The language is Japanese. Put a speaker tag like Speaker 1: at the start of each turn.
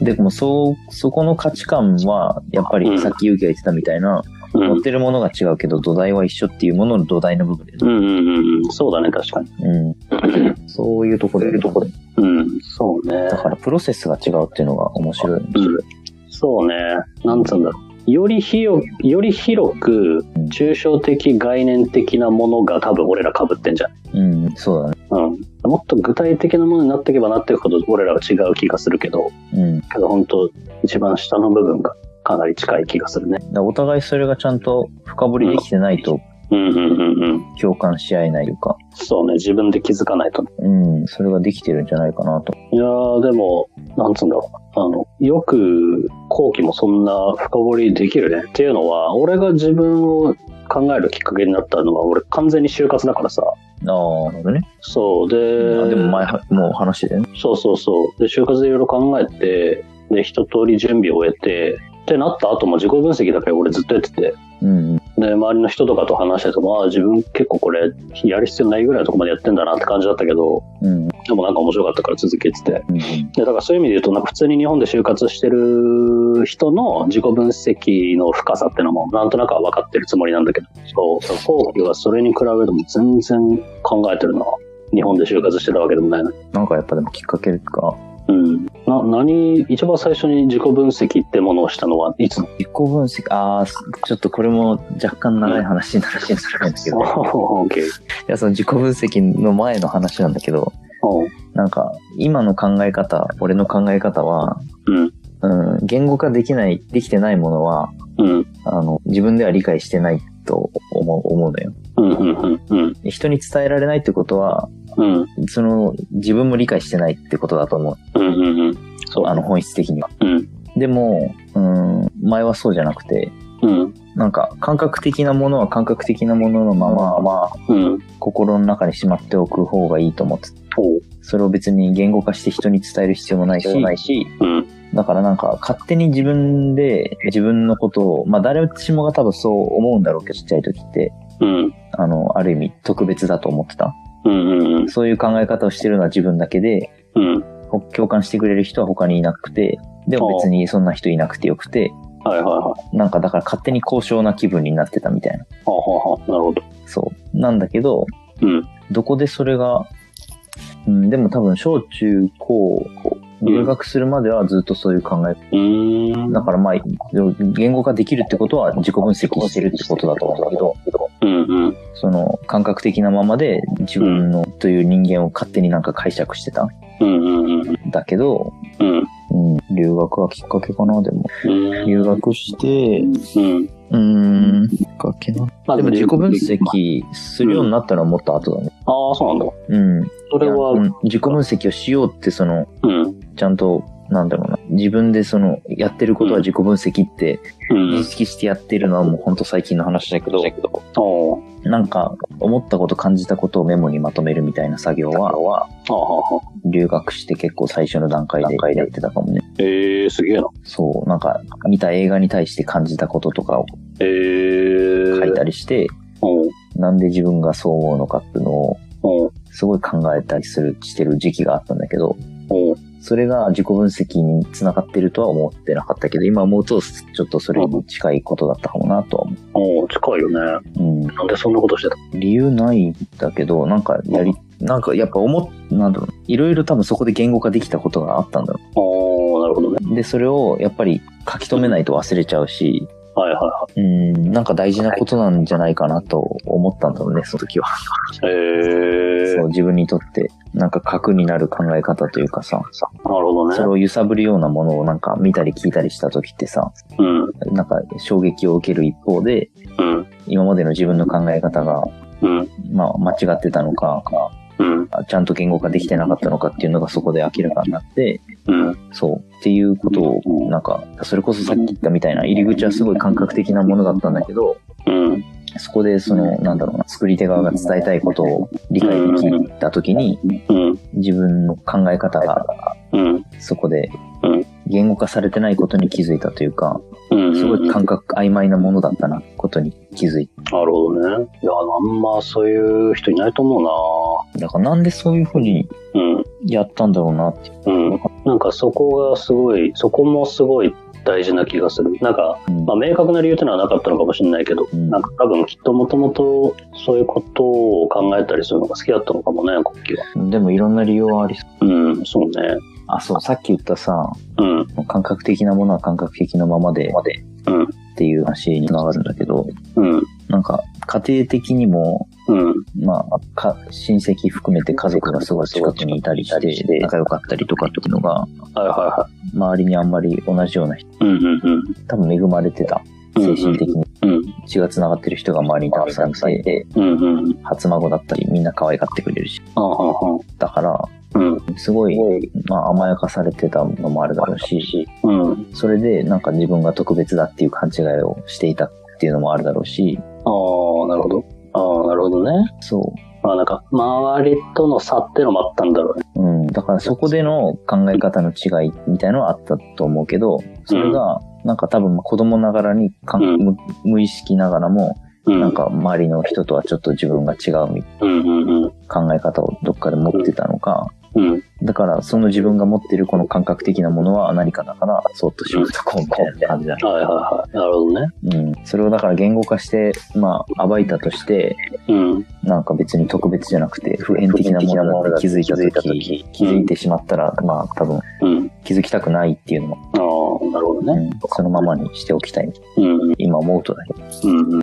Speaker 1: でもそ、そこの価値観は、やっぱ
Speaker 2: うん
Speaker 1: りさっきゆうきが言ってたみたいな、
Speaker 2: う
Speaker 1: 持っ
Speaker 2: ん。
Speaker 1: てるものが違うけど、土台は一緒っていうものの土台の部分で、
Speaker 2: うんうんうんうん。そうだね、確かに。
Speaker 1: うん。そういうところ
Speaker 2: そういうところうん、そうね。
Speaker 1: だからプロセスが違うっていうのが面白い。
Speaker 2: うん、そうね。なんつうんだろう。より広く、より広く、抽象的概念的なものが多分俺ら被ってんじゃん。
Speaker 1: うん、そうだね。
Speaker 2: うん。もっと具体的なものになっていけばなっていくほど俺らは違う気がするけど、
Speaker 1: うん。だか
Speaker 2: けど本当一番下の部分がかなり近い気がするね。
Speaker 1: らお互いそれがちゃんと深掘りできてないと
Speaker 2: うんうんうんうん。
Speaker 1: 共感し合えないというか、
Speaker 2: そうね。自分で気づかないとね。
Speaker 1: うん、それができてるんじゃないかなと。
Speaker 2: いやー、でも、なんつうんだろう。あの、よく、後期もそんな深掘りできるね。っていうのは、俺が自分を考えるきっかけになったのは、俺完全に就活だからさ。
Speaker 1: ああ、なるほどね。
Speaker 2: そう、
Speaker 1: あ
Speaker 2: で、
Speaker 1: でも前は、もう話してたよね。
Speaker 2: そうそうそう。で、就活でいろいろ考えて、で、一通り準備を終えて、ってなった後も自己分析だけ俺ずっとやってて、
Speaker 1: うんうん。
Speaker 2: で、周りの人とかと話してても、ああ、自分結構これ、やる必要ないぐらいのとこまでやってんだなって感じだったけど、
Speaker 1: うん
Speaker 2: でもなんか面白かったから続けてて。
Speaker 1: うん。
Speaker 2: でだからそういう意味で言うと、なんか普通に日本で就活してる人の自己分析の深さってのも、なんとなくは分かってるつもりなんだけど、そう、後期はそれに比べても全然考えてるな。日本で就活してたわけでもないのに。
Speaker 1: なんかやっぱでもきっかけが、
Speaker 2: うん。な、何、一番最初に自己分析ってものをしたのはいつの
Speaker 1: 自己分析、ああ、ちょっとこれも若干長い話になるかもしれないんだけど、い
Speaker 2: オーケー。
Speaker 1: や、その自己分析の前の話なんだけど、なんか、今の考え方、俺の考え方は、
Speaker 2: うん。
Speaker 1: うん、言語化できない、できてないものは、
Speaker 2: うん。
Speaker 1: あの、自分では理解してないと思う、思うのよ。
Speaker 2: うん。うん。うん。
Speaker 1: で人に伝えられないってことは、
Speaker 2: うん。うん。
Speaker 1: その、自分も理解してないってことだと思う。
Speaker 2: うん。うん。うん。そう。
Speaker 1: あの、、本質的には。
Speaker 2: うん。
Speaker 1: でも、うん、前はそうじゃなくて、
Speaker 2: うん。
Speaker 1: なんか、感覚的なものは感覚的なもののまま、まあ、
Speaker 2: うん。
Speaker 1: 心の中にしまっておく方がいいと思ってた
Speaker 2: おう。
Speaker 1: それを別に言語化して人に伝える必要もないし、
Speaker 2: うん。
Speaker 1: だからなんか勝手に自分で自分のことを、まあ誰しもが多分そう思うんだろうけど、ちっちゃい時って、
Speaker 2: うん。
Speaker 1: あの、ある意味特別だと思ってた。
Speaker 2: うん。うん。
Speaker 1: そういう考え方をしてるのは自分だけで、
Speaker 2: うん。
Speaker 1: ほ共感してくれる人は他にいなくて、でも別にそんな人いなくてよくて、
Speaker 2: はいはいはい。
Speaker 1: なんかだから勝手に高尚な気分になってたみたいな。
Speaker 2: はあ、はあはあ、なるほど。
Speaker 1: そう。なんだけど、
Speaker 2: うん。
Speaker 1: どこでそれが、うん、でも多分小中高、
Speaker 2: うん
Speaker 1: 入学するまではずっとそういう考え
Speaker 2: うーん。
Speaker 1: だからまあ、言語化できるってことは自己分析してるってことだと思うんだけど、
Speaker 2: うんうん。
Speaker 1: その感覚的なままで自分のという人間を勝手になんか解釈してたん
Speaker 2: うんうんうん。
Speaker 1: だけど、
Speaker 2: うん。
Speaker 1: うん、留学はきっかけかな、でも。留学して、
Speaker 2: うん。
Speaker 1: うん、きっかけな。
Speaker 2: ま
Speaker 1: でも自己分。析するようになったのはもっと後だね。
Speaker 2: ああ、そうなんだ。
Speaker 1: うん。
Speaker 2: それは、
Speaker 1: う
Speaker 2: うん
Speaker 1: ん自己分析をしようって、その、。
Speaker 2: うん。
Speaker 1: ちゃんと、なんだろうな。自分でその、やってることは自己分析って、
Speaker 2: う
Speaker 1: 認
Speaker 2: ん。
Speaker 1: 識してやってるのはもうほんと最近の話だけど、
Speaker 2: おう
Speaker 1: なんか、思ったこと感じたことをメモにまとめるみたいな作業は、
Speaker 2: ああ、はあ。
Speaker 1: 留学して結構最初の段階でやってたかもね。
Speaker 2: ええー、すげえな。
Speaker 1: そう、なんか、見た映画に対して感じたこととかを
Speaker 2: ええー。
Speaker 1: 書いたりして、
Speaker 2: おう
Speaker 1: なんで自分がそう思うのかっていうのを、
Speaker 2: おう
Speaker 1: すごい考えたりする、してる時期があったんだけど、
Speaker 2: おう
Speaker 1: それが自己分析につながってるとは思ってなかったけど、今思うと、ちょっとそれに近いことだったかもなとは思
Speaker 2: おう近いよね。
Speaker 1: う。うん。
Speaker 2: なんでそんなことしてた
Speaker 1: 理由ないんだけど、なんかやり、なんかやっぱ思っ、なんだろう、いろいろ多分そこで言語化できたことがあったんだろ
Speaker 2: おおなるほどね。
Speaker 1: う。で、それをやっぱり書き留めないと忘れちゃうし、
Speaker 2: はいはいは
Speaker 1: うん、なんか大事なことなんじゃないかなと思ったんだろうね、その時は。
Speaker 2: い。え
Speaker 1: そう、
Speaker 2: えー。なる
Speaker 1: 自分にとって、なんか核になる考え方というかさ、
Speaker 2: ほ
Speaker 1: それ
Speaker 2: どね。
Speaker 1: を揺さぶるようなものをなんか見たり聞いたりした時ってさ、
Speaker 2: うん。
Speaker 1: なんか衝撃を受ける一方で、
Speaker 2: うん。
Speaker 1: 今までの自分の考え方が、
Speaker 2: うん。
Speaker 1: まあ間違ってたのか、
Speaker 2: うん。
Speaker 1: ちゃんと言語化できてなかったのかっていうのがそこで明らかになって、
Speaker 2: うん。
Speaker 1: そう。っていうことを、なんか、それこそさっき言ったみたいな、入り口はすごい感覚的なものだったんだけど、
Speaker 2: うん。
Speaker 1: そこでその、なんだろうな、作り手側が伝えたいことを理解できたときに、
Speaker 2: うん。
Speaker 1: 自分の考え方が
Speaker 2: うん。
Speaker 1: そこで
Speaker 2: うん
Speaker 1: 言語化されてないことに気づいたというか、
Speaker 2: うん。
Speaker 1: すごい感覚曖昧なものだったな、ことに気づいた。
Speaker 2: なるほどね。いや、あんまそういう人いないと思う
Speaker 1: だからなんでそういうふうに
Speaker 2: な。うん。
Speaker 1: やったんだろうなって。
Speaker 2: うん。なんかそこがすごい、そこもすごい大事な気がする。なんか、
Speaker 1: うん
Speaker 2: まあ、明確な理由ってのはなかったのかもしれないけど、
Speaker 1: うん
Speaker 2: なんか多分きっともともとそういうことを考えたりするのが好きだったのかもね、国旗は。
Speaker 1: でもいろんな理由はありそう。
Speaker 2: うん、そうね。
Speaker 1: あ、そう、さっき言ったさ、
Speaker 2: うん、
Speaker 1: 感覚的なものは感覚的なままで、
Speaker 2: うん
Speaker 1: っていう話につながるんだけど、
Speaker 2: うん、
Speaker 1: なんか家庭的にも、
Speaker 2: うん、
Speaker 1: まあ、か親戚含めて家族がすごい近くにいたりして、仲良かったりとかっていうのが、
Speaker 2: はいはいは
Speaker 1: 周りにあんまり同じような人、
Speaker 2: い。うん、うん、うん。
Speaker 1: 多分恵まれてた。精神的に
Speaker 2: うん、
Speaker 1: 血が繋がってる人が周りにたくさんいて、
Speaker 2: うん、うん。
Speaker 1: 初孫だったり、みんな可愛がってくれるし。
Speaker 2: あはは。
Speaker 1: だから、
Speaker 2: うん、
Speaker 1: すごい、
Speaker 2: うん、
Speaker 1: まあ、甘やかされてたのもあるだろうし、
Speaker 2: うん。
Speaker 1: それでなんか自分が特別だっていう勘違いをしていたっていうのもあるだろうし、
Speaker 2: ああ、なるほど。ああ、なるほどね。
Speaker 1: そ
Speaker 2: まあなんか、周りとの差ってのもあったんだろうね。
Speaker 1: う。うん。だからそこでの考え方の違いみたいのはあったと思うけど、それが、なんか多分子供ながらにかん
Speaker 2: うん
Speaker 1: 無無意識ながらも、
Speaker 2: うん、
Speaker 1: なん、か周りの人とはちょっと自分が違うみ
Speaker 2: うん、うん、うん。
Speaker 1: 考え方をどっかで持ってたのか、
Speaker 2: うん、
Speaker 1: だからその自分が持ってるこの感覚的なものは何かだから、そっとしまったこうみたいな 感じだ。
Speaker 2: はいはいはい。なるほどね。
Speaker 1: うん。それをだから言語化して、まあ、暴いたとして、
Speaker 2: うん、
Speaker 1: なんか別に特別じゃなくて、普遍的なものだって気づいた時気づいてしまったら、まあ多分
Speaker 2: うん。
Speaker 1: 気づきたくないっていうのも、
Speaker 2: ああ、なるほど
Speaker 1: う
Speaker 2: ね。
Speaker 1: んそのままにしておきたい。
Speaker 2: うん、うん、
Speaker 1: 今思うとだけど。
Speaker 2: うん。